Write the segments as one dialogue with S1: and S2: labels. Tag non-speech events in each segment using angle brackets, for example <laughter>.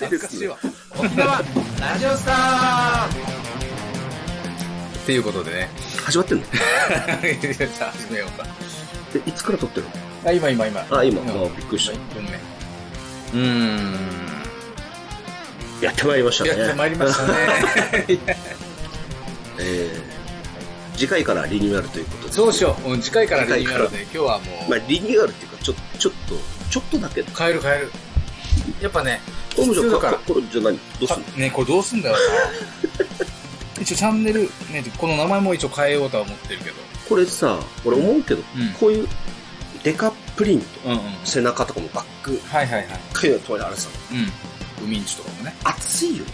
S1: 懐かしいわ。沖縄ラジオスター
S2: っていうことで <laughs> ね。
S3: 始まってんの
S2: じゃあ始めようか。
S3: え、いつから撮ってる
S2: あ、今今今。
S3: のあ、今。
S2: うん
S3: あ、びっくりし
S2: 1分目。うー
S3: た。やってまいりました
S2: ん。
S3: ね。
S2: やってまいりま
S3: <laughs>
S2: したね。
S3: えー次回からリニューアルということで。
S2: どうしよう。うん近いからリニューアルで、今日はも
S3: まあ、
S2: う、
S3: リニューアルっていうか、ちょ、ちょっと、ちょっとだけど。
S2: 変える変える。やっぱね、
S3: これもじ
S2: 普
S3: ゃ
S2: 通
S3: あ、
S2: だから
S3: かこれじゃあ何どうすんの
S2: ね、これどうすん
S3: <laughs>
S2: だよな。一応チャンネル、ね、この名前も一応変えようとは思ってるけど。
S3: これさ、俺思うけど、
S2: うん
S3: こういう、デカプリント、
S2: うんうん。
S3: 背中とかもバック、
S2: はいはいはい。
S3: かいうのとあれさ、
S2: うん。ウミンチとかもね。
S3: 熱いよ。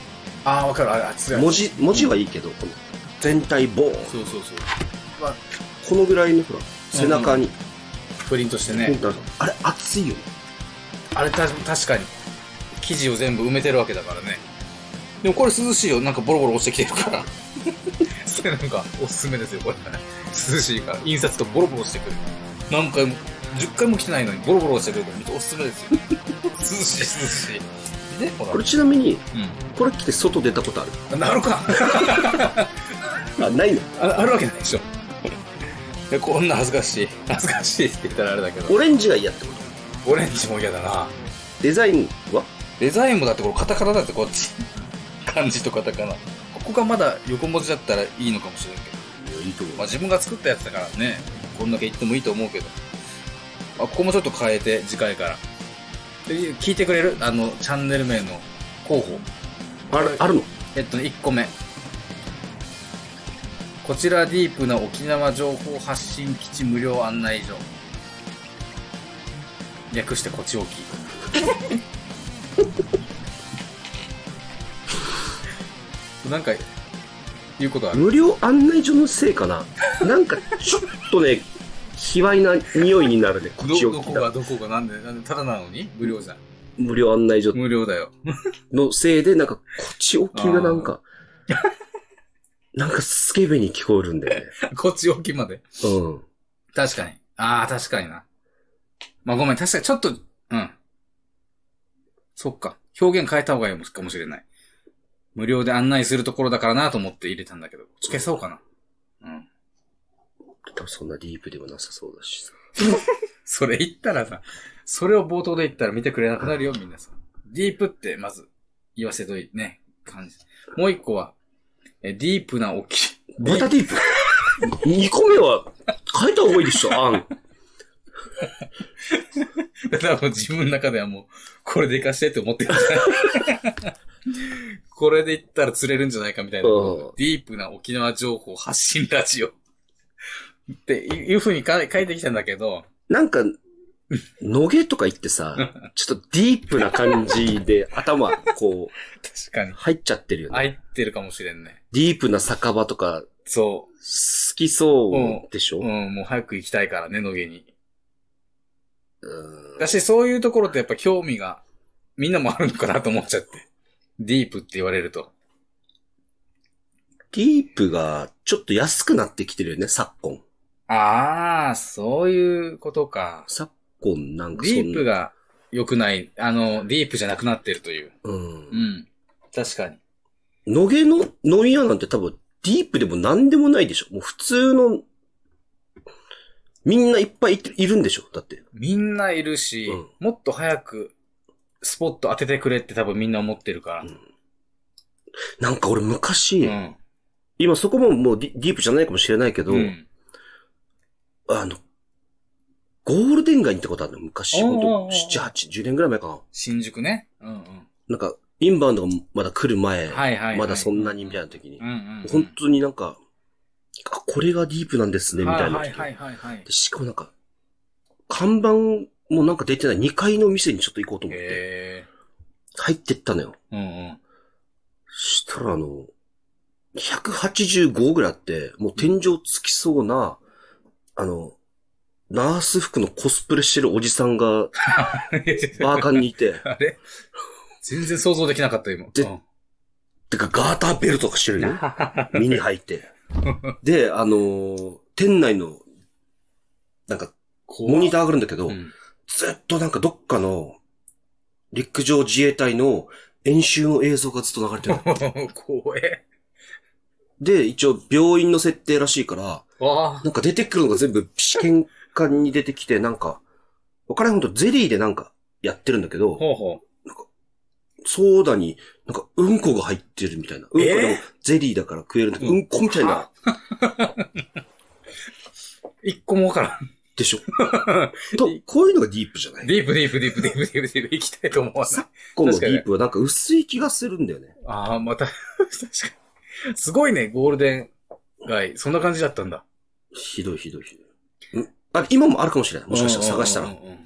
S2: ああ、わかる。あれ、熱い。
S3: 文字、文字はいいけど、この、全体ボーン。
S2: そうそうそう。
S3: このぐらいの、ほら、背中に、
S2: プリントしてね
S3: ポンっ。てあるあれ、熱いよね。
S2: あれた確かに生地を全部埋めてるわけだからねでもこれ涼しいよなんかボロボロ落ちてきてるから <laughs> それなんかおすすめですよこれ涼しいから印刷とボロボロしてくる何回も10回も来てないのにボロボロ落ちてくるからおすすめです <laughs> よ涼しい涼しいでほら
S3: これちなみに、
S2: う
S3: これ着て外出たことある
S2: んなるか <laughs>
S3: あ、ないの
S2: ああるわけないでしょいやこんな恥ずかしい恥ずかしいって言ったらあれだけど
S3: オレンジが嫌ってこと
S2: オレンジも嫌だな
S3: デザインは
S2: デザインもだってこれカタカナだってこっち。漢字とカタカナ。ここがまだ横文字だったらいいのかもしれないけど。
S3: いや、いいと思
S2: まあ自分が作ったやつだからね、こんだけ言ってもいいと思うけど。まあここもちょっと変えて、次回から。で聞いてくれるあの、チャンネル名の候補。
S3: ある、あるの
S2: えっと、1個目。こちらディープな沖縄情報発信基地無料案内所。略してこちおき。
S3: <laughs>
S2: なんか、言うことある
S3: 無料案内所のせいかななんか、ちょっとね、卑猥な匂いになるね、こっ
S2: ど
S3: ちを
S2: ど
S3: 聞
S2: こ
S3: いたら
S2: がどこがなんで、なんでただなのに無料じゃん。
S3: 無料案内所
S2: 無料だよ。
S3: のせいで、なんか、こっち置きがなんか、なんかスケベに聞こえるんだよね。
S2: こちおきまで。
S3: うん。
S2: 確かに。ああ、確かにな。まあごめん、確かにちょっと、うん。そっか。表現変えた方がいいかもしれない。無料で案内するところだからなと思って入れたんだけど。つけそうかな。うん。
S3: 多分そんなディープでもなさそうだしさ。
S2: それ言ったらさ、それを冒頭で言ったら見てくれなくなるよ、みんなさ。ディープって、まず、言わせといてね、感じ。もう一個は、え、ディープなおき、
S3: またディープ ?2 個目は、変えた方がいいでしょ、案。
S2: だからもう自分の中ではもう、これでかしてって思ってるんじゃない <laughs> これで言ったら釣れるんじゃないかみたいな。
S3: うん
S2: ディープな沖縄情報発信ラジオ。 <laughs> っていう風にか書いてきたんだけど、
S3: なんか、のげとか言ってさ、ちょっとディープな感じで頭、こう、
S2: 確かに。
S3: 入っちゃってるよね。
S2: 入ってるかもしれんね。
S3: ディープな酒場とか、好
S2: そ
S3: きそうでしょ
S2: う。う、
S3: うん
S2: もう早く行きたいからね、野毛に。
S3: ーん
S2: だし、そういうところってやっぱ興味が、みんなもあるのかなと思っちゃって。ディープって言われると。
S3: ディープが、ちょっと安くなってきてるよね、昨今。
S2: ああ、そういうことか。
S3: 昨今なんか
S2: デ
S3: そんな。
S2: ィープ。が良くない、あの、ディープじゃなくなってるという。
S3: う。
S2: うんん。確かに。
S3: のげの飲み屋なんて多分、ディープでも何でもないでしょ。もう普通の、みんないっぱいいているんでしょだって。
S2: みんないるし、
S3: うん
S2: もっと早く、スポット当ててくれって多分みんな思ってるから。
S3: うんなんか俺昔、
S2: うん。
S3: 今そこももうディディープじゃないかもしれないけど、
S2: うん。
S3: あの、ゴールデン街に行ったことあるの昔、
S2: お
S3: ほ
S2: う
S3: ん
S2: おうおう
S3: と、7、8、10年ぐらい前かな。
S2: 新宿ね。うんうん。
S3: なんか、インバウンドがまだ来る前、
S2: はいはい、はい。
S3: まだそんなにみたい
S2: な。
S3: な時に
S2: う、んうん、うん。
S3: 本当になんか、あ、これがディープなんですね、みたいな
S2: はい
S3: 時に、
S2: はいはいはいはい
S3: で。しかもなんか、看板もなんか出てない2階の店にちょっと行こうと思って、
S2: へ
S3: 入ってったのよ。
S2: え。うんうん。
S3: したらあの、185ぐらいあって、もう天井つきそうな、あの、ナース服のコスプレしてるおじさんが、バーカンにいて、
S2: <laughs> あれ全然想像できなかった今。
S3: で
S2: うん
S3: てかガーターベルトとかしてるよ。身に入って。で、あのー店内の、なんか、モニターがあるんだけど、
S2: うん
S3: ずっとなんかどっかの、陸上自衛隊の演習の映像がずっと流れてる。
S2: <laughs> 怖え。
S3: で、一応病院の設定らしいから、
S2: わあ。
S3: なんか出てくるのが全部試験管に出てきて、なんか、わからんほんとゼリーでなんかやってるんだけど、
S2: ほうほ
S3: ソーダになんかうんこが入ってるみたいな。うんこで
S2: え
S3: も
S2: ー
S3: ゼリーだから食えるんだけど、
S2: う
S3: うんんこみたいな。
S2: う。一個もわから。
S3: でしょ。と、こういうのがディープじゃなんい
S2: ディープ、ディープ、ディープ、ディープ、ディープ、ディープ、行きたいと思わない。
S3: 今度の
S2: 確か
S3: デ
S2: に
S3: ィープはなんか薄い気がするんだよね。
S2: ああ、また、確かに。すごいね、ゴールデン街。そんな感じだったんだ。
S3: ひどいひどいひどい。んあ、今もあるかもしれない。もしかしたら探した
S2: うん
S3: ら。
S2: うんうんうん。い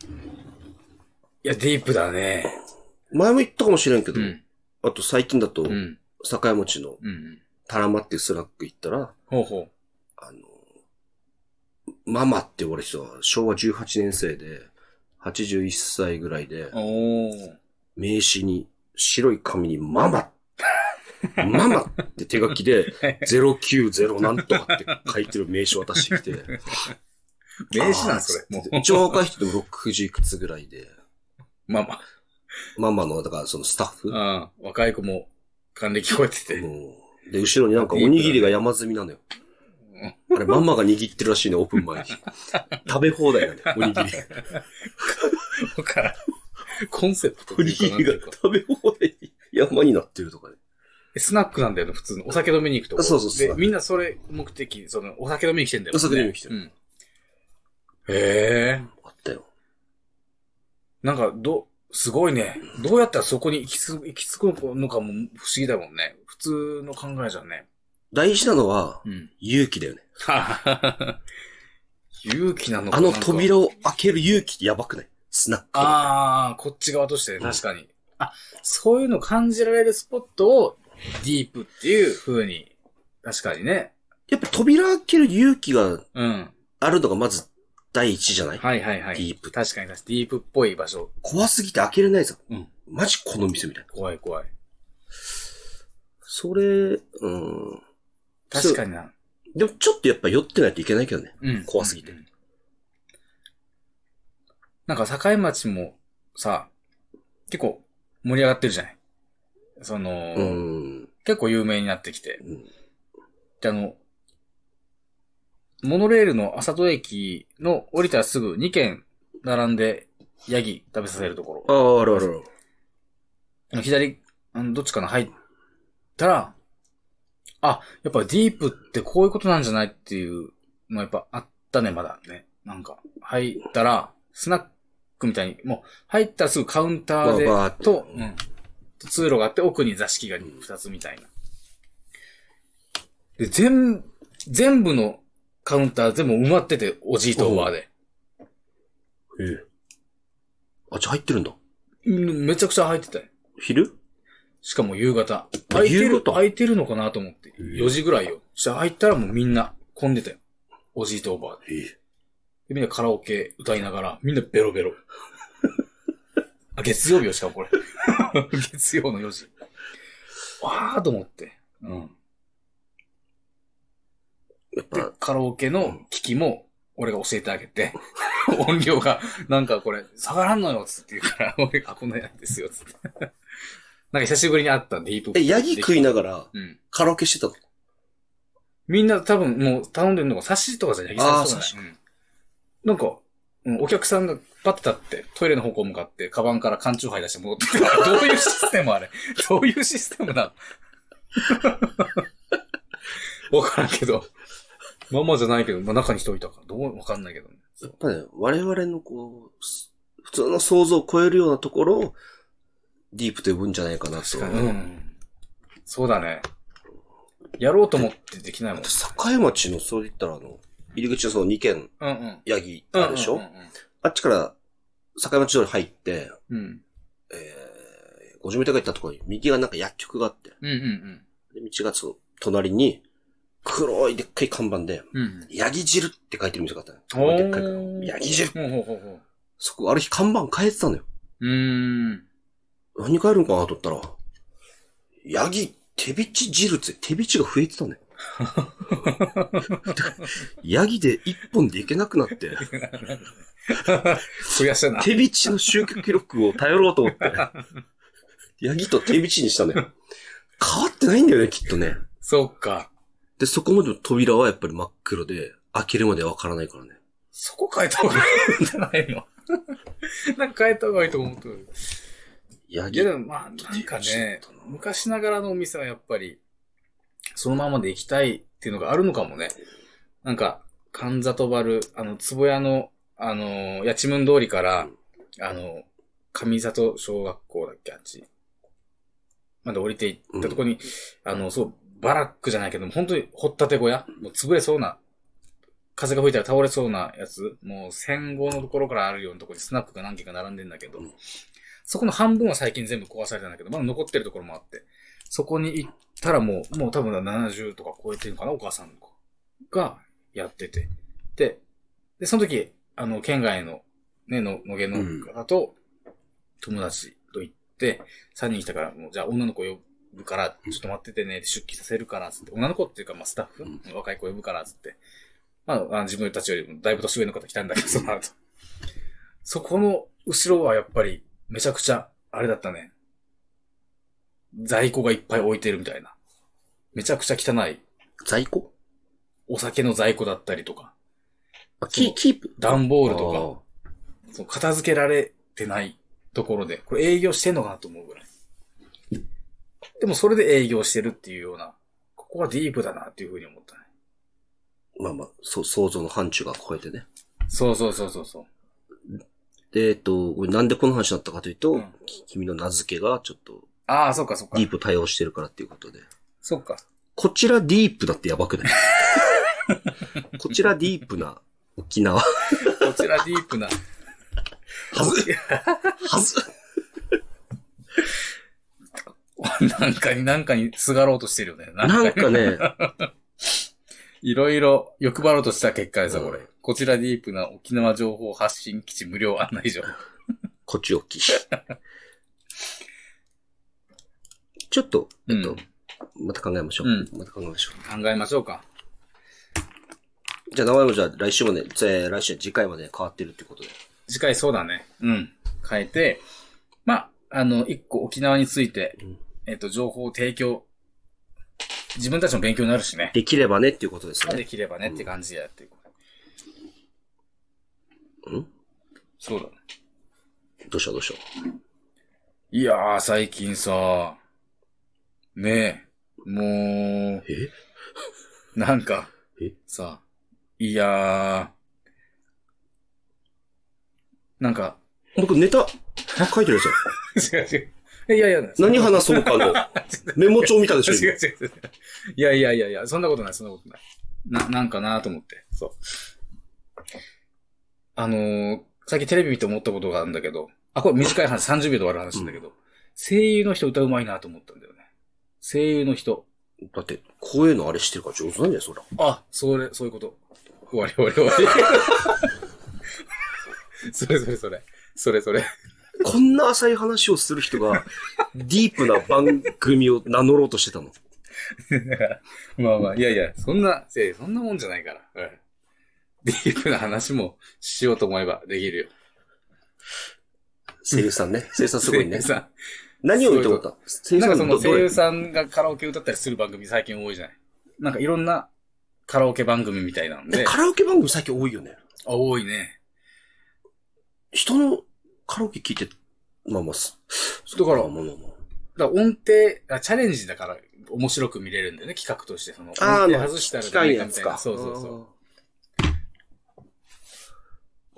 S2: や、ディープだね。
S3: 前も言ったかもしれんけ
S2: う
S3: ど、
S2: ん。
S3: あと最近だと
S2: う、ん。
S3: 境餅の
S2: うん。
S3: タラマっていうスラック行ったら、
S2: ほうほう。
S3: あの、ママって呼ばれてた人は昭和18年生で、81歳ぐらいで、
S2: おー。
S3: 名刺に、白い紙にママママって手書きで、090なんとかって書いてる名刺渡してきて。
S2: 名刺なんそれ。もう。
S3: う。一番若い人でも60いくつぐらいで、
S2: まあま
S3: ママの、だからそのスタッフ
S2: あ。うん。若い子も、還暦超えてて。
S3: うんで、後ろになんかおにぎりが山積みなのよ。あれ、ママが握ってるらしいね、オープン
S2: <laughs>
S3: 前に。食べ放題なんだよ、おにぎり。
S2: わからん。コンセプト
S3: お
S2: と
S3: に
S2: いうか
S3: ぎりが
S2: なんていうか
S3: 食べ放題に山になってるとかね。
S2: スナックなんだよね、普通の。お酒飲みに行くとこ。
S3: そうそうそう
S2: で、みんなそれ目的、その、お酒飲みに来てんだよ、
S3: お酒飲みに来てる
S2: る。うん。へえ。
S3: あったよ。
S2: なんか、ど、すごいね。どうやったらそこに行きつ、行き着くのかも不思議だもんね。普通の考えじゃね。
S3: 大事なのは、
S2: うん。
S3: 勇気だよね。
S2: <laughs> 勇気なの
S3: あ
S2: かな
S3: の
S2: んか
S3: 扉を開ける勇気やばくないスナックとか。
S2: ああ、こっち側としてね、確かに。あ、そういうの感じられるスポットをディープっていう風に。確かにね。
S3: やっぱ扉開ける勇気が
S2: うん。
S3: あるのがまず第一じゃない
S2: はいはいはい。
S3: ディープ
S2: 確かに確かに。ディープっぽい場所。
S3: 怖すぎて開けれないぞ。
S2: うん
S3: マジこの店みたいな。
S2: 怖い怖い。
S3: それ、うん。
S2: 確かにな。
S3: でもちょっとやっぱ酔ってないといけないけどね。
S2: うん。
S3: 怖すぎて
S2: うん。なんか、境町もさ、結構盛り上がってるじゃないその、
S3: うん。
S2: 結構有名になってきて。
S3: うん
S2: で、あの、モノレールの浅戸駅の降りたらすぐ2軒並んでヤギ食べさせるとこ
S3: ああ、あるある
S2: ろ。左、あのどっちかな入ったら、あ、やっぱディープってこういうことなんじゃないっていうのやっぱあったね、まだね。なんか、入ったら、スナックみたいに、もう入ったらすぐカウンタ
S3: ある。
S2: ーで、
S3: バーバーっ
S2: と、うん。通路があって、奥に座敷が2つみたいな。で、全、全部のカウンター全部埋まってて、おじいとおばあで。
S3: ええ。あ、じゃあ入ってるんだ。
S2: うんめちゃくちゃ入ってたよ。
S3: 昼
S2: しかも夕方。空いて
S3: 夕
S2: る、
S3: 方
S2: 空いてるのかなと思って。
S3: へえ
S2: 4時ぐらいよ。そしたら入ったらもうみんな混んでたよ。おじいとおばあで。
S3: ええ。
S2: でみんなカラオケ歌いながら、みんなベロベロ。あ、月曜日よ、しかも
S3: <laughs>
S2: これ。月曜の4時。わーと思って。うん。
S3: やっ
S2: で
S3: ぱ、、
S2: カラオケの機器も、俺が教えてあ
S3: <laughs>
S2: げて、音量が、なんかこれ、下がらんのよ、つって言うから、俺が、あ、こんなんなんですよ、つって。なんか久しぶりに会ったんで、ディープ。
S3: え、ヤギ食いながら
S2: うん。
S3: カラオケしてたの
S2: みんな多分もう頼んでるのが、サシとかじゃない
S3: あー
S2: サシとかじゃないうんなんか、うんお客さんがパッて立って、トイレの方向向かって、カバンから缶チューハイ出して戻ってきた。どういうシステムあれどういうシステムなのわからんけど。ママじゃないけど、まあ、中に人いたから、どうわかんないけどね。そう
S3: やっぱね、我々のこう、す普通の想像を超えるようなところを、ディープと呼ぶんじゃないかなと。
S2: うん。そうだね。やろうと思ってできないもん。
S3: あと、境町の、そう言ったらあの、入り口のその2軒、
S2: うんうん。
S3: ヤギあるでしょ、
S2: うん
S3: あっちから、境町通り入って、
S2: うんうん。
S3: えー、50メートルぐらい行ったところに、右がなんか薬局があって、
S2: うんうん
S3: で道がその、隣に、黒いでっかい看板で、
S2: うん。うん。
S3: ヤギ汁って書いてる店があったの。
S2: お
S3: でっかい看板ヤギ汁
S2: ほうほうほうほう。
S3: そこ、ある日看板変えてたのよ。
S2: うーん。
S3: 何変えるんかなと思ったら、ヤギ、手びち汁って、手びちが増えてたのよ。ヤギで一本でいけなくなって、
S2: 増やしたな。
S3: 手びちの集客記録を頼ろうと思って、ヤギと手びちにしたのよ。変わってないんだよね、きっとね。
S2: そっか。
S3: で、そこまでの扉はやっぱり真っ黒で、開けるまでわからないからね。
S2: そこ変えた方がいいんじゃないの <laughs> なんか変えた方がいいと思ってる。
S3: ヤ
S2: い
S3: ギ
S2: やでもまあ、なんかね、昔ながらのお店はやっぱり、そのままで行きたいっていうのがあるのかもね。なんか、神里丸、あの、壺屋の、あのー、八千文通りから、あの、上里小学校だっけ、あっち。まで降りていったとこに、あの、そう、バラックじゃないけども、本当に掘ったて小屋もう潰れそうな、風が吹いたら倒れそうなやつ、もう戦後のところからあるようなところにスナックが何軒か並んでんだけど、
S3: うん
S2: そこの半分は最近全部壊されたんだけど、まだ残ってるところもあって、そこに行ったらもう、もう多分70とか超えてるのかな、お母さんがやってて。で、で、その時、あの、県外の、ね、の、のげの方と、友達と行って、3人来たから、もう、じゃあ女の子呼ぶから、ちょっと待っててね、で出勤させるから、つって、女の子っていうか、まあ、スタッフ、
S3: う
S2: 若い子呼ぶから、つって、まあ、あの自分たちよりもだいぶ年上の方来たんだけど、その後。そこの後ろはやっぱり、めちゃくちゃ、あれだったね。在庫がいっぱい置いてるみたいな。めちゃくちゃ汚い、
S3: 在庫
S2: お酒の在庫だったりとか、
S3: あ、キ
S2: そ
S3: ー、
S2: う
S3: キープ
S2: 段ボールと
S3: あ
S2: か
S3: ー、
S2: その片付けられてないところで、これ営業してんのかなと思うぐらい。でもそれで営業してるっていうような、ここはディープだなっていうふうに思ったね。
S3: まあまあ、そう、想像の範疇が超えてね。
S2: そうそうそうそうそう。
S3: で、えっと、俺なんでこの話になったかというと、
S2: うん
S3: き君の名付けがちょっと
S2: ああ、そっかそっか
S3: ディ。ープ対応してるからっていうことで。
S2: そっか。
S3: こちらディープだってやばくない
S2: <laughs>
S3: こちらディープな沖縄。
S2: こちらディープな。 <laughs>
S3: はず。はず。
S2: なんかに、なんかにすがろうとしてるよね。なん
S3: な
S2: か
S3: んかね、
S2: いろいろ欲張ろうとした結果ですよ、これ
S3: うん。
S2: こちらディープな沖縄情報発信基地無料案内所。
S3: こっち大き
S2: <laughs>
S3: い。ちょっと、
S2: う
S3: えっ
S2: ん
S3: と。また考えましょう。
S2: う
S3: また考えましょ
S2: 考えましょうか。
S3: う。じゃあ名前もじゃあ来週まで、えー来週次回まで変わってるってことで。
S2: 次回そうだね。うん。変えて、まあ、あの、一個沖縄について、
S3: うん
S2: えっ、と、情報を提供、自分たちも勉強になるしね。
S3: できればねっていうことです
S2: で
S3: ね。
S2: きればねって感じでやっていこう。
S3: うん
S2: そうだね。
S3: どうしようどうしよ
S2: いやー、最近さ、ねえ、も
S3: う。え
S2: う、なんか
S3: え、
S2: さ、いやー、なんか、 <laughs>
S3: 僕ネタ書いてるんですよ。
S2: 違う違う。えいやいや、
S3: 何話そうか
S2: <laughs>
S3: のメモ帳見たでしょ
S2: 違
S3: 今
S2: う違う違う。 <laughs> いやいやいやいや、そんなことない、そんなことない。な、なんかなと思って。そう。あのー、最近テレビ見て思ったことがあるんだけど、あ、これ短い話、30秒で終わる話なんだけど、声優の人歌うまいなと思ったんだよね。声優の人。
S3: だって、こういうのあれしてるから上手なんじゃないそら。
S2: あ、それ、そういうこと。終わり終わり <laughs> 終わり。それそれそれ。それそ <laughs> れ。
S3: こんな浅い話をする人
S2: <laughs>
S3: が、ディープな番組を名乗ろうとしてたの。
S2: まあまあ、いやいや、そんな、いやいやそんなもんじゃないから。うんディープな話もしようと思えばできるよ。
S3: 声優さ
S2: <laughs>
S3: んね。声優さんすごいね
S2: 声優。さ
S3: 何を言うと思った声優
S2: んな
S3: さ
S2: んか
S3: ん
S2: そ
S3: ど
S2: の
S3: ど
S2: 声
S3: れ
S2: 優さんがカラオケ歌ったりする番組最近多いじゃないなんかいろんなカラオケ番組みたいなんで。
S3: カラオケ番組最近多いよね。
S2: あ多いね。
S3: 人のカラオケ聞いて、まあまあ、す
S2: だから
S3: まあまあまあまあ
S2: だから音程あ、チャレンジだから面白く見れるんだよね、企画として。その音
S3: ああ
S2: 程
S3: まあ
S2: 外したら
S3: 機
S2: ダメ
S3: 械の
S2: か
S3: や
S2: み
S3: つ
S2: たいな。
S3: か。
S2: そうそうそう。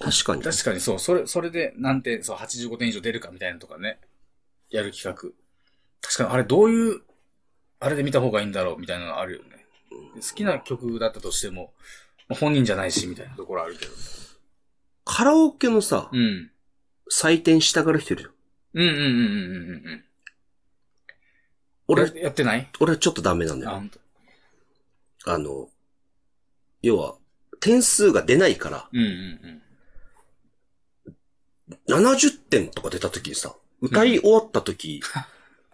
S3: あー。確かに。
S2: 確かにそう、それ、それで何点、そう、85点以上出るかみたいなのとかね、やる企画。確かに、あれどういう、あれで見た方がいいんだろうみたいなのあるよね。好きな曲だったとしても、まあ本人じゃないし、みたいなところあるけど。
S3: カラオケのさ
S2: う、ん。
S3: 採点したがる人いるよ。
S2: うんうんうんうんうんうんうん。
S3: 俺、
S2: ややってない
S3: 俺はちょっとダメなんだ
S2: あ、
S3: よ。
S2: 本当。
S3: あの、要は、点数が出ないから、
S2: うんうん <laughs>
S3: 70点とか出た時にさ、歌い終わった時、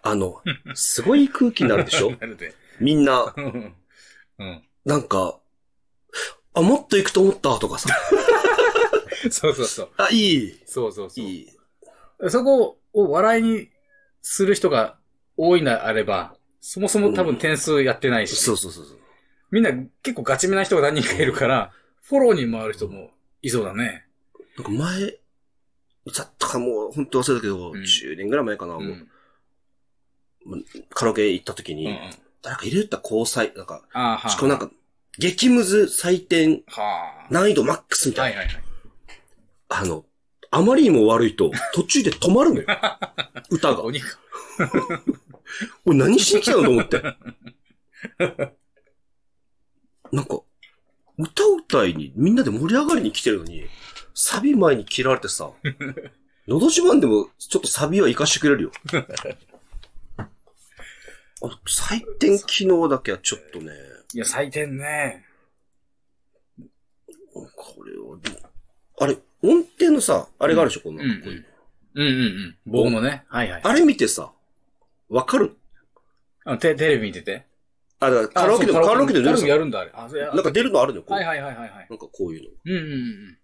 S3: あの、すごい空気になるでし
S2: う
S3: ょ
S2: ん。なるで。
S3: みんな、
S2: うん。うん。
S3: なんか、あ、もっと行くと思ったとかさ、
S2: そうそうそう。
S3: あ、いい、
S2: そうそうそう。
S3: いい。
S2: そこを笑いにする人が多いなあれば、そもそも多分点数やってないし、
S3: そうそうそうそう。
S2: みんな結構ガチめな人が何人かいるから、フォローに回る人もいそうだね。
S3: なんか前、ざったかもう、本当忘れたけど、
S2: うん
S3: 10年ぐらい前かな、
S2: う。
S3: もうんカラオケ行った時
S2: うん
S3: に、
S2: うん。
S3: 誰か入れた交際、なんか、
S2: ああ、はあ
S3: しかもなんか、激ムズ採点、
S2: はあ。
S3: 難易度マックスみたいな
S2: はいはいはい。
S3: あの、あまりにも悪いと、途中で止まるのよ。
S2: <laughs>
S3: 歌が。
S2: お肉。
S3: 俺何しに来たのと思っ
S2: <laughs>
S3: て。なんか、歌うたいに、みんなで盛り上がりに来てるのに、サビ前に切られて
S2: <laughs>
S3: さ、のど自慢でもちょっとサビは活かしてくれ
S2: <laughs>
S3: るよ。あの採点機能だけはちょっとね、
S2: いや、採点ね。
S3: これを、あれ、音程のさ、あれがあるでしょ、この、
S2: うんうん。うんうんうん。僕もね。はいはい。
S3: あれ見てさ、わかる
S2: あのテテレビ見てて。
S3: あ、だからカラオケでも、
S2: あそう
S3: カラオケでも出
S2: カラ
S3: る
S2: オ
S3: さ
S2: ケやるんだ、あれ。あ、それ
S3: なんか出るのあるのよ、こう
S2: はいはいはいはいはい。
S3: なんかこういうの。
S2: うんうんうん。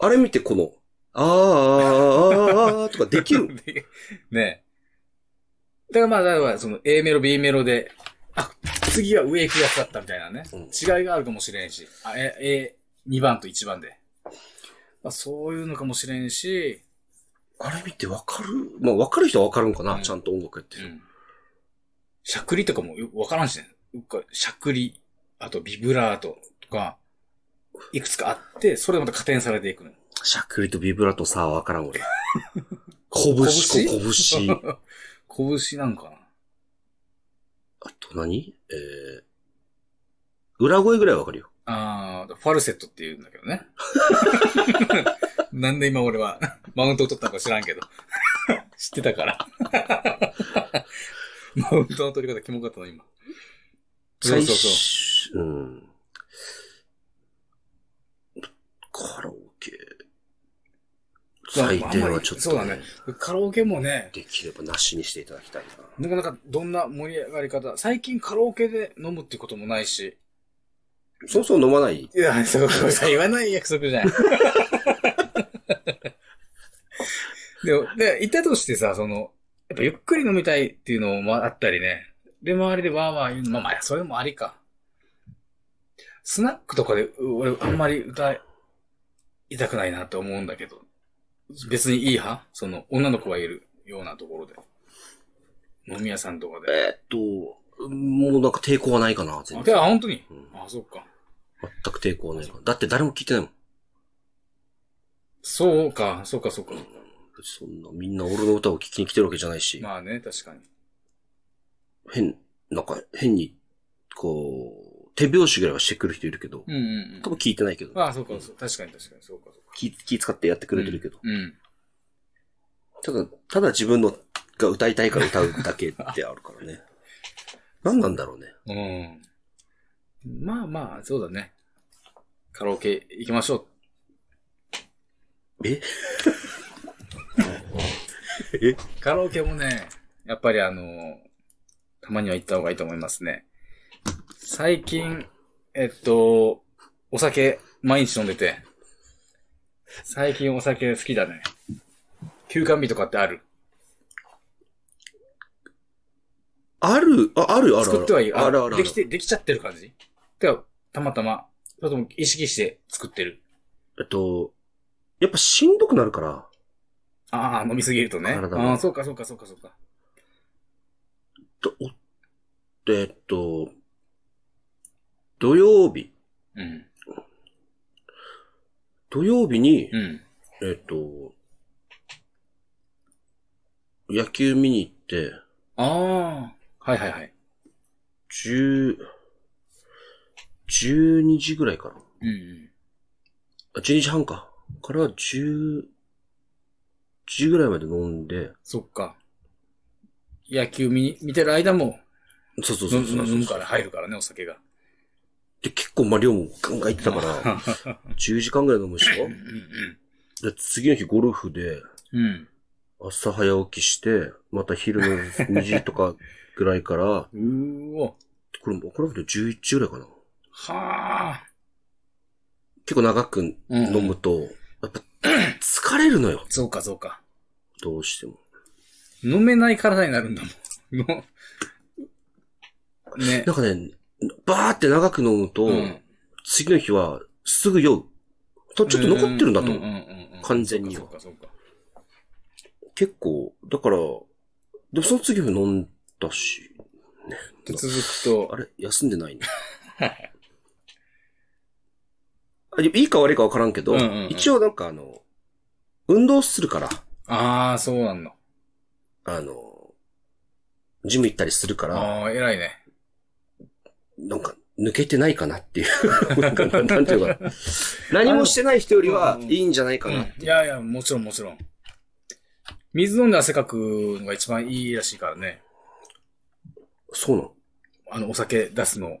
S3: あれ見てこの、あーあーあーあーあーとかできる。
S2: で <laughs> ねえ。だからまあ、だからその A メロ、B メロで、あ、次は上行くやつだったみたいなね。
S3: うん
S2: 違いがあるかもしれんし。あ、え、A、2番と1番で。まあ、そういうのかもしれんし、
S3: あれ見てわかるまあわかる人はわかるんかな、
S2: うん
S3: ちゃんと音楽やって
S2: う
S3: る。
S2: ん。しゃくりとかもよくわからんしね。よくしゃくり、あとビブラートとか、いくつかあって、それでまた加点されていくの。
S3: しゃっくりとビブラとさ、わからん俺。拳、こ拳。
S2: 拳なんかな。
S3: あと何えー、裏声ぐらいわかるよ。
S2: ああ、ファルセットって言うんだけどね。 <laughs> なんで今俺はマウントを取ったのか知らんけど。知ってたから。 <laughs> マウントの取り方キモかったの今。そうそうそう
S3: 最初うん。カラオケ。採点はちょっと、
S2: そうだね。カラオケもね、
S3: できればなしにしていただきたいな。
S2: なかなかどんな盛り上がり方、最近カラオケで飲むってこともないし。
S3: そもそも飲まない。
S2: いや、そうそうそう言わない約束じゃん。でも、で、行ったとしてさ、その、やっぱゆっくり飲みたいっていうのもあったりね。で、周りでわーわー言うの、まあまあ、それもありか。スナックとかで、う俺、あんまり歌いたくないなと思うんだけど。別にいい派その、女の子がいるようなところで。飲み屋さんとかで。
S3: えーっと、もうなんか抵抗はないかな、全
S2: あ、け
S3: 然。
S2: ど本当に
S3: うん
S2: あ、そっか。
S3: 全く抵抗はないかな。だって誰も聞いてないもん。
S2: そうか、そうか、そうか。
S3: そんな、みんな俺の歌を聴きに来てるわけじゃないし、
S2: まあね、確かに。
S3: 変、なんか変に、こう、手拍子ぐらいはしてくる人いるけど、
S2: うんうんうん
S3: 多。分聞いてないけど、
S2: ああ、そうか、そう確かに確かに、そうか、そうか。
S3: 気気使ってやってくれてるけど、
S2: うん。
S3: ただ、ただ自分のが歌いたいから歌うだけであるから
S2: <laughs>
S3: ね。何なんだろうね。
S2: うん。まあまあ、そうだね。カラオケ行きましょう。
S3: え <laughs>
S2: カラオケもね、やっぱりあの、たまには行った方がいいと思いますね。最近、えっと、お酒毎日飲んでて、最近お酒好きだね。休館日とかってある
S3: ある、あ、ある、ある。
S2: 作ってはいい。
S3: ある、ある。
S2: できて、できちゃってる感じてか、たまたま、それとも意識して作ってる。
S3: えっと、やっぱしんどくなるから、
S2: ああ、飲みすぎるとね。
S3: 体が
S2: ああ、そうか、そうか、そうか、そうか。
S3: と、おえっと、土曜日、
S2: うん。
S3: 土曜日に、
S2: うん。
S3: えっと、野球見に行って、
S2: ああ、はいはいはい。
S3: 十、十二時ぐらいかな。
S2: うんうん。
S3: あ、十二時半か。から十、時ぐらいまで飲んで、
S2: そっか。野球見に、見てる間も、
S3: そうそうそ
S2: 飲
S3: うそう
S2: む飲むから入るからね、お酒が。
S3: で、結構、まあ、量もガンガンいってた
S2: <laughs>
S3: から、10時間ぐらい飲むでし
S2: うんう
S3: ょで、次の日ゴルフで、
S2: ん。うん。
S3: 朝早起きして、また昼の2時とかぐらいから、
S2: うーお。
S3: これも、これも11時ぐらいかな。
S2: はあ。
S3: 結構長く飲むと、やっぱ、疲れるのよ。
S2: そうか、そうか。
S3: どうしても。
S2: 飲めない体になるんだ <laughs> もん。のね
S3: な。んかね、バーって長く飲むと、
S2: うん
S3: 次の日はすぐ酔う。たちょっと残ってるんだと
S2: う
S3: 思う。
S2: うんうんうん
S3: 完全に
S2: そうか、そうか。
S3: 結構、だから、でもその次も飲んだし、
S2: そうか続くと
S3: あ、れ休んで
S2: <laughs>
S3: ないね。あいいか悪いかわからんけど、
S2: うんうんうん
S3: 一応なんかあの、運動するから、
S2: ああ、そうなんだ。
S3: あの、ジム行ったりするから、
S2: ああー、偉いね。
S3: なんか抜けてないかなっていう。 <laughs> なんかなんていうか、何もしてない人よりは
S2: うんうん
S3: いいんじゃないかな。
S2: うんいやいや、もちろんもちろん。水飲んで汗かくのが一番いいらしいからね。
S3: そうな
S2: あの、お酒出すの。
S3: の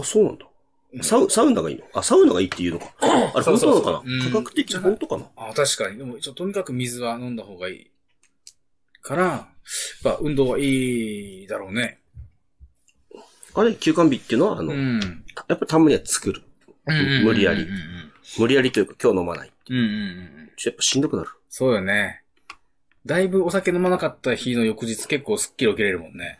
S3: あ、そうなんだ。サウサウナがいいのあ、サウナがいいっていうのか。あれ
S2: そう
S3: 本当
S2: そ
S3: なの
S2: うそう
S3: かな
S2: うん
S3: 科学的本当かな
S2: あ確かに。でも、ちょとにかく水は飲んだ方がいい。から、やっぱ運動はいいだろうね。
S3: あれ休館日っていうのは、あの、
S2: うん。
S3: やっぱたまには作る。無理やり
S2: うんうん
S3: 無理やりというか今日飲まない。
S2: うんうん。うんうんうん。
S3: ちょっとやっぱしんどくなる。
S2: そうよね。だいぶお酒飲まなかった日の翌日結構スッキリ起きれるもんね。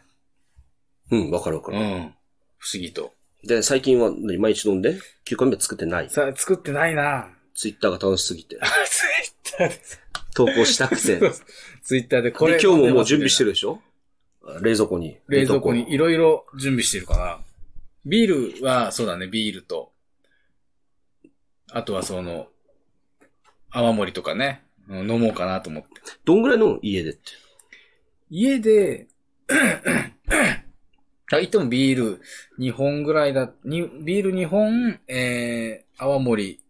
S3: うん、わかるわか
S2: う
S3: る。
S2: ん。不思議と。で
S3: で、最近は何毎日飲んで休館日は作ってない。
S2: さ、作ってないな
S3: ツイッターが楽しすぎて。
S2: ツイッターで。
S3: 投稿したくて。で、
S2: <laughs> ツイッターでこ
S3: 今
S2: れ。
S3: 日ももう準備して
S2: る。
S3: るでしょ冷蔵庫に。
S2: 冷蔵庫にいろいろ準備してるかな。ビールは、そうだね、ビールと。あとはその、泡盛とかね、うん飲もうかなと思って。
S3: どんぐらいの家でって。
S2: 家で、 <clears throat> あ、いってもビール2本ぐらいだ、にビール2本、えー、泡盛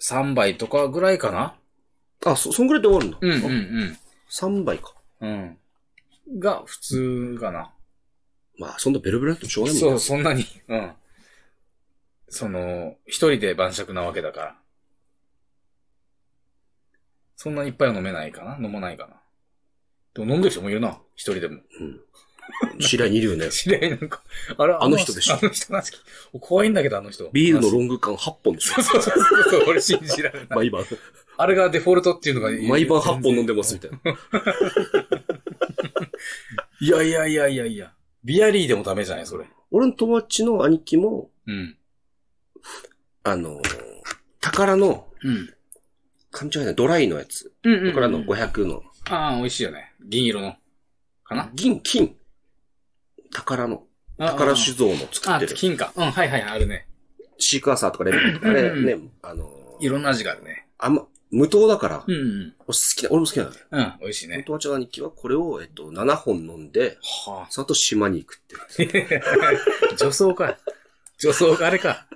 S2: 3杯とかぐらいかな
S3: あ、そ、そんぐらいで終わるんだ。
S2: うんうん
S3: 3杯か。
S2: うん。うん。が普通かな。
S3: まあ、そんなベロベロだとしょうがないもん
S2: そ
S3: ね
S2: う、そんなに。うん。その、一人で晩酌なわけだから。そんなにいっぱいは飲めないかな飲まないかな。でも飲んでる人もいるな。一人でも。
S3: 知り合いにいるよね。
S2: 知り合いなんか、あれ
S3: あの人でしょ
S2: あの人なし。怖いんだけど、あの人。
S3: ビールのロング缶8本でしょ
S2: そうそうそうそう、俺信じられない。
S3: 毎晩、
S2: あれがデフォルトっていうのがいい
S3: 毎晩8本飲んでますみたいな。
S2: いやいやいやいやいや。ビアリーでもダメじゃないそれ。
S3: 俺の友達の兄貴も、
S2: うん。
S3: あのー、宝の、
S2: うん。
S3: 缶じゃないドライのやつ。
S2: うんうん、うん。
S3: 宝の500の、
S2: ああ、美味しいよね。銀色の。かな
S3: 銀、金。宝の、宝酒造の作
S2: あ
S3: っ
S2: あ、
S3: てる。
S2: 金か。うん、はいはいはい、あるね。
S3: シークワーサーとかレモンとか、あれ
S2: うんう
S3: ね、あの
S2: い
S3: ー、
S2: ろんな味があるね。
S3: あんま、無糖だから、
S2: う
S3: 俺
S2: ん、うん。
S3: 好きだ、俺も好きなのよ。
S2: うん、美味しいね。
S3: 友達の兄貴はこれを、えっと、7本飲んで、
S2: は
S3: その後島に行くっていう。
S2: あ。女装か。 <laughs> 女装か、あれか。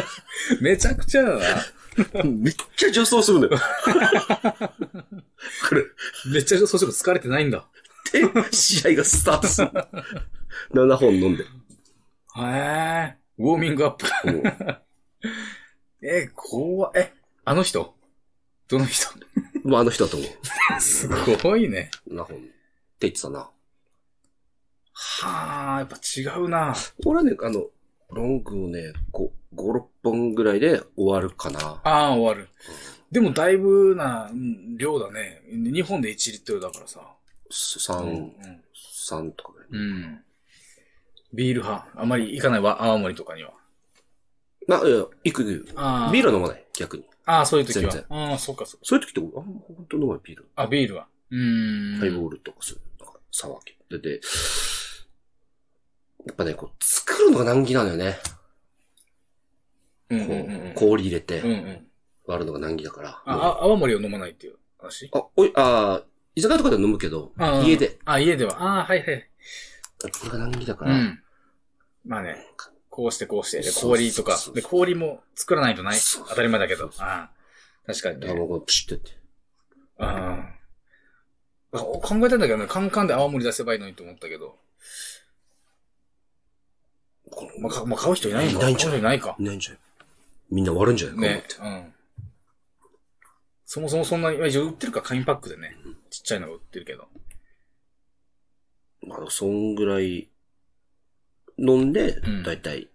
S2: <laughs> めちゃくちゃだな。
S3: めっちゃ女装するんだよ。これ、
S2: めっちゃ女装しても疲れてないんだ。
S3: で、試合がスタートする。7本飲んで。
S2: へえ。ウォーミングアップ。
S3: もう
S2: え、怖い。え、あの人どの人
S3: まあ、あの人だと思う。
S2: すごいね。
S3: 7本。って言ってたな。
S2: はあ、やっぱ違うな。
S3: 俺はね、あの、ロングをね、5、5、6本ぐらいで終わるかな。
S2: ああ、終わる。でもだいぶなうん量だね。日本で1リットルだからさ。
S3: 3、
S2: うん
S3: 3とかぐらい。
S2: うん。ビール派。あまり行かないわ、青森とかには。
S3: まあ、いや、行く行く。
S2: ああ。
S3: ビールは飲まない、逆に。
S2: ああ、そういう時
S3: 全
S2: は
S3: 然。
S2: ああ、そうか、そう
S3: そういう時って、あんま本当飲まない、ビール。
S2: か。あ、ビールは。うーん。
S3: ハイボールとかそういう、なんか、サワー系。で、で、やっぱね、こう、作るのが難儀なのよね。
S2: う
S3: こ
S2: んうんうんうん
S3: う、氷入れ
S2: うんう
S3: て
S2: ん。
S3: 割るのが難儀だから。
S2: あ、
S3: もう
S2: あ、青森を飲まないっていう話
S3: あ、おい、あー居酒屋とかでは飲むけど
S2: あ、ー
S3: 家で。
S2: あ、家では。ああ、はいはい。
S3: これが難儀だか
S2: う
S3: ら。
S2: ん。まあね、こうしてこうして、で
S3: そう
S2: 氷と
S3: そ
S2: か
S3: うそ、う
S2: で氷も作らないとない
S3: そう。
S2: 当たり前だけど。ああ確かに
S3: だから
S2: ね。
S3: もうこう、プシュってやって。
S2: ああ考えたんだけどね、カンカンで青森出せばいいのにと思ったけど。
S3: この
S2: まあ、かまあ、買う人いないの
S3: いないんじゃ
S2: 買う人いないか。
S3: いないんじゃないみんな割るんじゃないかと思っ
S2: ね
S3: て。。
S2: うん。そもそもそんなに、まあ一応売ってるから紙パックでね。ちっちゃいのが売ってるけど。
S3: まあ、そんぐらい飲んで
S2: うん、
S3: だいたい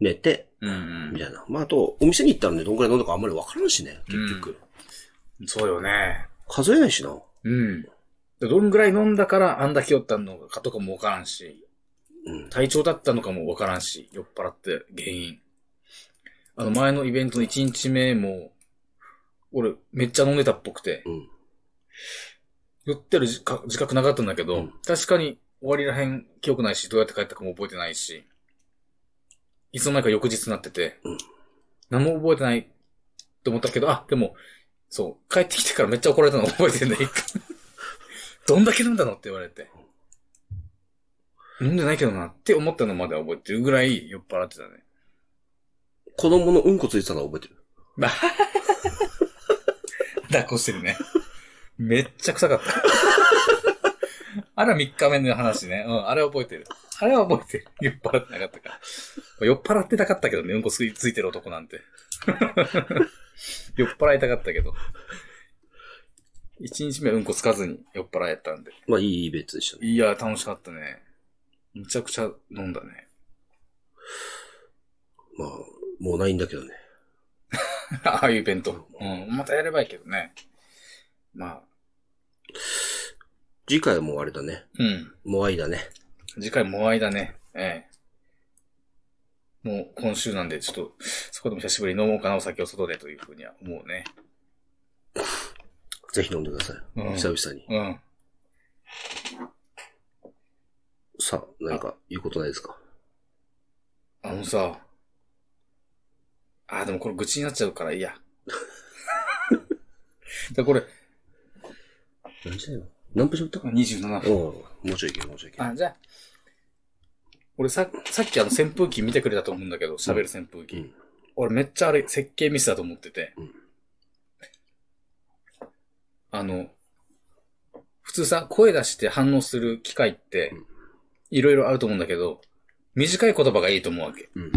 S3: 寝て、
S2: うん
S3: みたいな。まあ、あと、お店に行ったらね、どんぐらい飲んだかあんまりわからんしね、結局。
S2: そうよね。
S3: 数えないしな。
S2: うん。どんぐらい飲んだからあんだけ酔ったのかとかもわからんし、
S3: うん。
S2: 体調だったのかもわからんし、酔っ払って原因。あの前のイベントの1日目も、俺めっちゃ飲んでたっぽくて、
S3: うん。
S2: 酔ってる自覚自覚なかったんだけど、
S3: うん
S2: 確かに終わりらへん記憶ないし、どうやって帰ったかも覚えてないし、いつの間にか翌日になってて、
S3: うん
S2: 何も覚えてないと思ったけど、あ、でも、そう、帰ってきてからめっちゃ怒られたの覚えてない。 <laughs> どんだけ飲んだのって言われて。飲んでないけどなって思ったのまでは覚えてるぐらい酔っ払ってたね。
S3: 子供のうんこついてたのは覚えてる。
S2: 抱っこしてるね。めっちゃ臭かった。あれは3日目の話ね。うん、あれは覚えてる。あれは覚えてる。酔っ払ってなかったから。酔っ払ってたかったけどね、うんこついついてる男なんて。 <laughs> 酔っ払いたかったけど。1日目はうんこつかずに酔っ払えたんで。
S3: まあ、いいイベントでしたね。
S2: いや、楽しかったね。むちゃくちゃ飲んだね。 <laughs>
S3: まあ、もうないんだけどね。
S2: ああいうイベント。うん、またやればいいけどね。まあ、
S3: 次回はもうあれだね。
S2: うん。
S3: もう愛だね。
S2: 次回もあいだね。ええ。もう今週なんで、ちょっと、そこでも久しぶりに飲もうかな、お酒を外でというふうには思うね。
S3: ぜひ飲んでください。
S2: うん
S3: 久々に。
S2: うん。
S3: さあ、何か言うことないですか
S2: あのさ、あ、でもこれ愚痴になっちゃうからいいや。で、これ、
S3: 何時だよ。何分喋ったか
S2: 27
S3: お
S2: 分。
S3: うもうちょいいける、もうちょいいける。
S2: あ、じゃあ、俺さ、さっきあの扇風機見てくれたと思うんだけど、喋る扇風機。
S3: うん
S2: 俺めっちゃあれ、設計ミスだと思ってて。
S3: うん
S2: あの、普通さ、声出して反応する機会って
S3: うん、
S2: いろいろあると思うんだけど、短い言葉がいいと思うわけ。
S3: うん。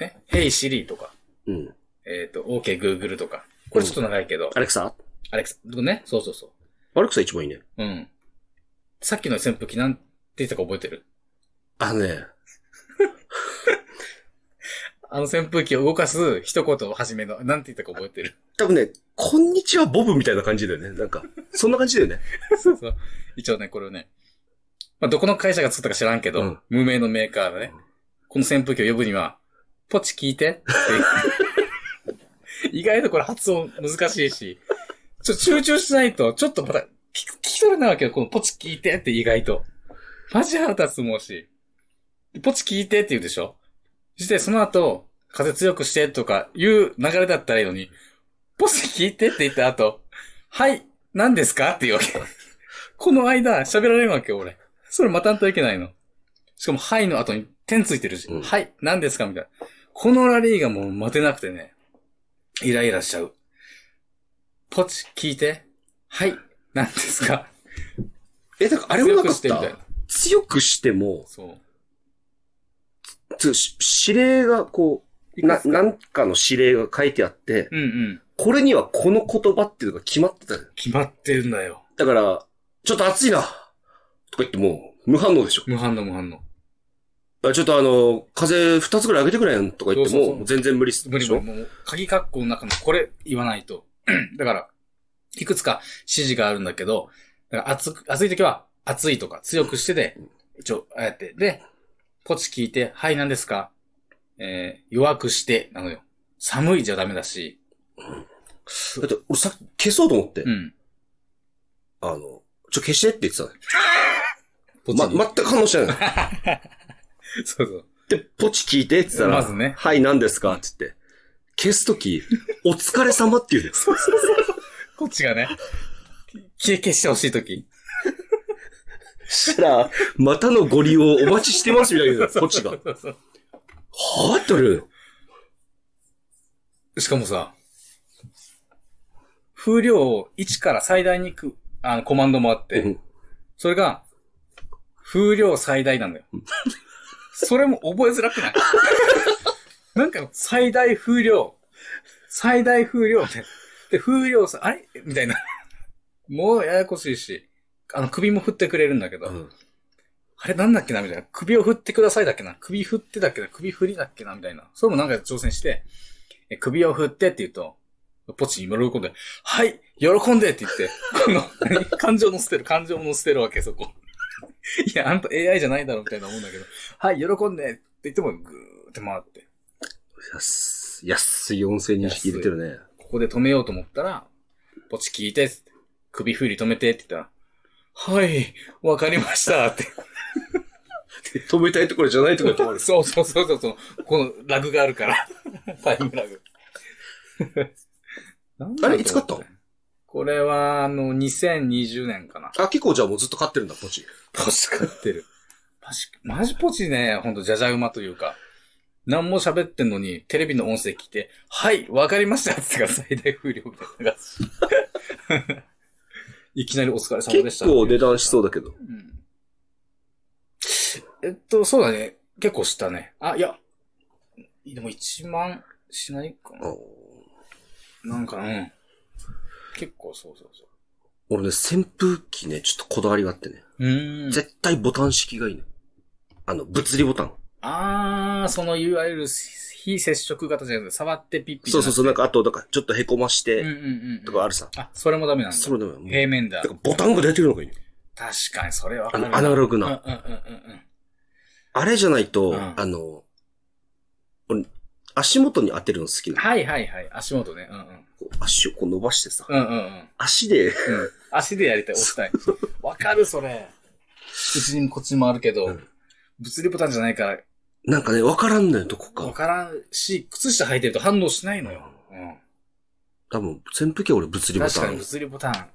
S2: ね。Hey Siri とか、
S3: うん。
S2: えっ、と、OK Google とか。これちょっと長いけど、
S3: アレクサ
S2: アレクサ、ね。そうそうそ
S3: アレクサ一番いいね。
S2: う。うん。さっきの扇風機なんて言ったか覚えてる
S3: あのね、
S2: あの扇風機を動かす一言を始めの、なんて言ったか覚え
S3: <laughs>
S2: てる。
S3: 多分ね、こんにちはボブみたいな感じだよね。なんか、そんな感じだよ
S2: <laughs>
S3: ね。
S2: そうそう。一応ね、これをね、まあ、どこの会社が作ったか知らんけど、
S3: うん
S2: 無名のメーカーのね、この扇風機を呼ぶには、ポチ聞いて
S3: <laughs>
S2: っていう意外とこれ発音難しいし、ちょ、集中しないと、ちょっとまた、聞く、聞き取れないわけよ、このポチ聞いてって意外と。マジ腹立つもうし。ポチ聞いてって言うでしょして、その後、風強くしてとかいう流れだったらいいのに、ポチ聞いてって言った後、はい、何ですかって言うわけ。この間、喋られるわけよ、俺。それ待たんといけないの。しかも、はいの後に点ついてるし、
S3: うん
S2: はい、何ですかみたいな。このラリーがもう待てなくてね、イライラしちゃう。ポチ、聞いて。はい、何ですか
S3: え、だからあれもなかっ
S2: 強くしてみたい
S3: た
S2: な。
S3: 強くしても、
S2: そう。
S3: つし指令がこう、な、なんかの指令が書いてあって、
S2: うんうん。
S3: これにはこの言葉っていうのが決まってたよね。
S2: 決まってるんだよ。
S3: だから、ちょっと暑いなとか言っても、無反応でしょ。
S2: 無反応無反応。
S3: あちょっとあの、風二つぐらい上げてくれんとか言って
S2: そうそうそ
S3: も、
S2: う
S3: 全然無理っす。
S2: 無
S3: で
S2: 理
S3: し
S2: 無
S3: ょ
S2: 理。もう、鍵括弧の中のこれ言わないと。 <clears throat> だから、いくつか指示があるんだけど、だから暑く、暑い時は、暑いとか、強くしてで、一応、ああやって。で、ポチ聞いて、はい、何ですかえー、弱くして、なのよ。寒いじゃダメだし、
S3: だって、俺さっき消そうと思って、
S2: うん。
S3: あの、ちょ、消してって言ってたのよ
S2: ポチ
S3: ま、
S2: に
S3: 全く反応してない。
S2: そうそう。
S3: で、ポチ聞いてって言ったら、
S2: まずね
S3: はい、何ですかって言って。消すとき、お疲れ様って言う
S2: <laughs>
S3: のよ。
S2: そうそうそう。こっちがね、消え消してほしい時。
S3: そしたら、またのご利用お待ちしてますみたいな言うのよ、ポチが。
S2: <laughs> そ
S3: は
S2: うそうそう。
S3: ぁって言われるのよ。
S2: しかもさ、風量を1から最大に行く、あの、コマンドもあって、
S3: うん
S2: それが、風量最大なんだよ。それも覚えづらくないなんか、最大風量、最大風量って、で、風量さ、あれみたいな。もうややこしいし、あの、首も振ってくれるんだけど、
S3: うん
S2: あれなんだっけなみたいな。首を振ってくださいだっけな。首振ってだっけな。首振りだっけなみたいな。それもなんか挑戦して、え首を振ってって言うと、ポチ今喜んで、はい喜んでって言って、この、 <laughs> 何感情の捨てる、感情も捨てるわけ、そこ。 <laughs> いや、あんた AI じゃないだろ、みたいなもんだけど、はい喜んでって言っても、ぐーって回って。
S3: 安安い音声認識入れてるね。
S2: ここで止めようと思ったら、ポチ聞いて、首振り止めてって言ったら、はい、わかりましたって。
S3: 止めたいところじゃないところで止まる。
S2: そうそうそうそうそう。このラグがある <laughs> から。タイムラグ。なんだろう
S3: あれいつ買ったの
S2: これは、あの、2020年かな。
S3: <laughs> あ、結構じゃあもうずっと勝ってるんだ、ポチ。
S2: ポチ買ってる。マジ、マジポチね、ほんと、じゃじゃ馬というか。何も喋ってんのに、テレビの音声聞いて、はい、わかりましたって言ってから最大風量みたいなのが。 <laughs> いきなりお疲れ様でし
S3: 結
S2: た。
S3: 構値段しそうだけど。
S2: うんえっと、そうだね。結構したね。あ、いや。でも1万しないか
S3: あ
S2: な。なんか、うん。結構そうそうそ
S3: 俺ね、扇風機ね、ちょっとこだわりがあってね。
S2: う。うーん。
S3: 絶対ボタン式がいいね。あの、物理ボタン。
S2: あー、そのいわゆる非接触型じゃなくて、触ってピッピ
S3: そうそうそう、なんか、あと、なんか、ちょっと凹まし
S2: うんうん
S3: て、
S2: うんうん。
S3: とかあるさ。
S2: あ、それもダメなんだ。
S3: それでも、もう
S2: 平面だ。
S3: だからボタンが出てるのがいいね。
S2: 確かに、それは
S3: あの、アナログ
S2: うんうんうん
S3: な。
S2: うん
S3: あれじゃないと、
S2: うん
S3: あの、俺足元に当てるの好き
S2: うん。
S3: なの。
S2: はいはいはい。足元ね。うんうん。
S3: こう足をこう伸ばしてさ、
S2: うんうんうん。
S3: 足で、
S2: うん足でやりたい、押したい。わかる、それ。うちにもこっちもあるけど、
S3: うん
S2: 物理ボタンじゃないから、
S3: なんかね、わからんのよ、どこ
S2: わ
S3: か。
S2: からんし、靴下履いてると反応しないのよ。う
S3: 多分、扇風機は俺物理
S2: ん、
S3: ボ
S2: 確
S3: タ
S2: かに
S3: ン。
S2: 物理ボタン、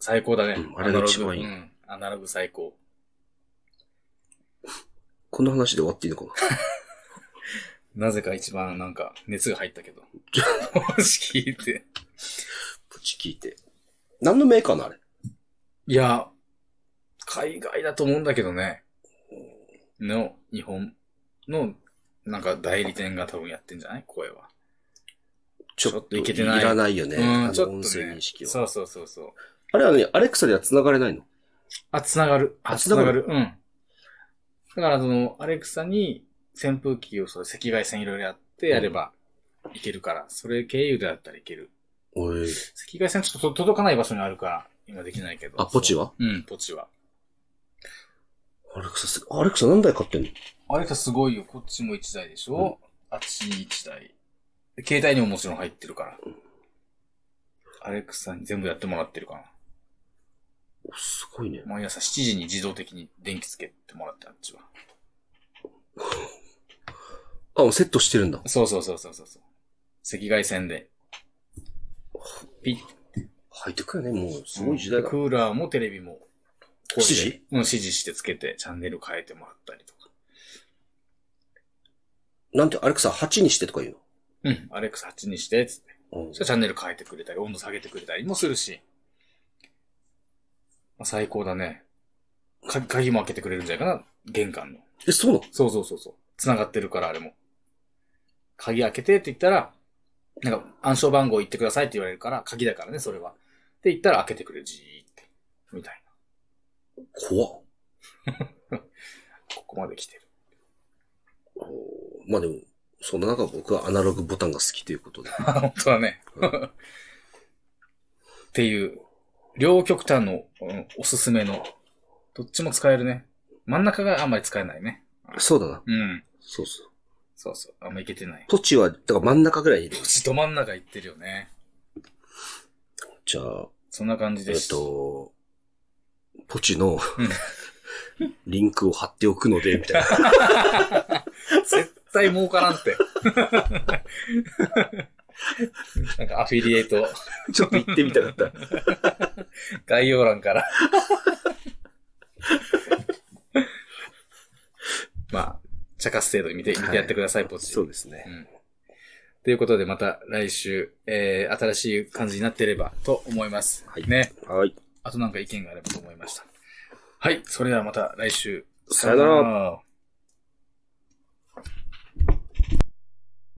S2: 最高だね。
S3: うんあれが一番いい
S2: アナログうんアナログ最高。
S3: この話で終わっていいのかな。
S2: なぜか一番なんか、熱が入ったけ
S3: <laughs>
S2: ど。もし聞いて。
S3: プチ聞いて。何のメーカーなのあれ
S2: いや、海外だと思うんだけどね。の、日本の、なんか代理店が多分やってんじゃない声は。
S3: ちょ
S2: ちょ
S3: っ
S2: っ
S3: と
S2: と
S3: い
S2: い
S3: けて
S2: けて
S3: な。
S2: ないい
S3: いらないよね。
S2: うん
S3: あ
S2: ちょ
S3: の
S2: っと
S3: 音声
S2: ね
S3: 認識
S2: そ
S3: は。
S2: うそうそうそう。
S3: あれはね、アレクサでは繋がれないの
S2: あ、繋がる。
S3: あ
S2: あ、
S3: 繋
S2: 繋
S3: が
S2: が
S3: る
S2: る。うん。だから、その、アレクサに扇風機を、そう、赤外線いろいろやってやれば、いけるから、それ経由でだったらいける。
S3: おい。
S2: 赤外線ちょっと届かない場所にあるから、今できないけど。
S3: あ、ポチは
S2: うん、ポチは。
S3: アレクサす、アレクサ何台買ってんの
S2: アレクサすごいよ。こっちも1台でしょ、あっち1台。で携帯にももちろん入ってるから。アレクサに全部やってもらってるかな。
S3: おすごいね。
S2: 毎朝7時に自動的に電気つけてもらって、あっちは。
S3: あ、もうセットしてるんだ。
S2: そうそうそうそうそうそう。赤外線で。ピッ
S3: ハイテクやね、もう。すごい時代だ。
S2: クーラーもテレビも。
S3: 指示
S2: うん、指示してつけて、チャンネル変えてもらったりとか。
S3: なんて、アレクサ8にしてとか言う
S2: うん。アレックス8にして、つって。
S3: のうん
S2: そしたらチャンネル変えてくれたり、温度下げてくれたりもするし。まあ、最高だね。鍵、鍵も開けてくれるんじゃないかな玄関の。
S3: え、そうなの
S2: そうそうそうそう。繋がってるから、あれも。鍵開けてって言ったら、なんか暗証番号言ってくださいって言われるから、鍵だからね、それは。って言ったら開けてくれる、じーって。みたいな。
S3: 怖っ
S2: ここまで来てる。
S3: おーまあでも、そんな中僕はアナログボタンが好きということ <laughs> で。
S2: あ、本当だね。
S3: う
S2: っていう、両極端の、うんおすすめの、どっちも使えるね。真ん中があんまり使えないね。
S3: そうだな。
S2: うん。
S3: そうそう。
S2: そうそう。あんまいけてない。
S3: ポチは、だから真ん中ぐらいにいる
S2: ど。
S3: <laughs>
S2: っちど真ん中行ってるよね。
S3: じゃあ、
S2: そんな感じ
S3: え
S2: で
S3: っ
S2: す。
S3: と、ポチの、リンクを貼っておくので、みたいな。
S2: <laughs> 絶対儲から
S3: <laughs>
S2: んって。なんかアフィリエイト、
S3: ちょっと行ってみたかった。
S2: 概要欄
S3: <laughs>
S2: から。まあ、茶化す程度に見て、見て <laughs> やってください、ポチ。
S3: そうですね
S2: う。ん。ということで、また来週、えー、新しい感じになってればと思います。
S3: はい
S2: ね。
S3: はい。
S2: あとなんか意見があればと思いました。はい。それではまた来週。
S3: さよなら
S2: ら。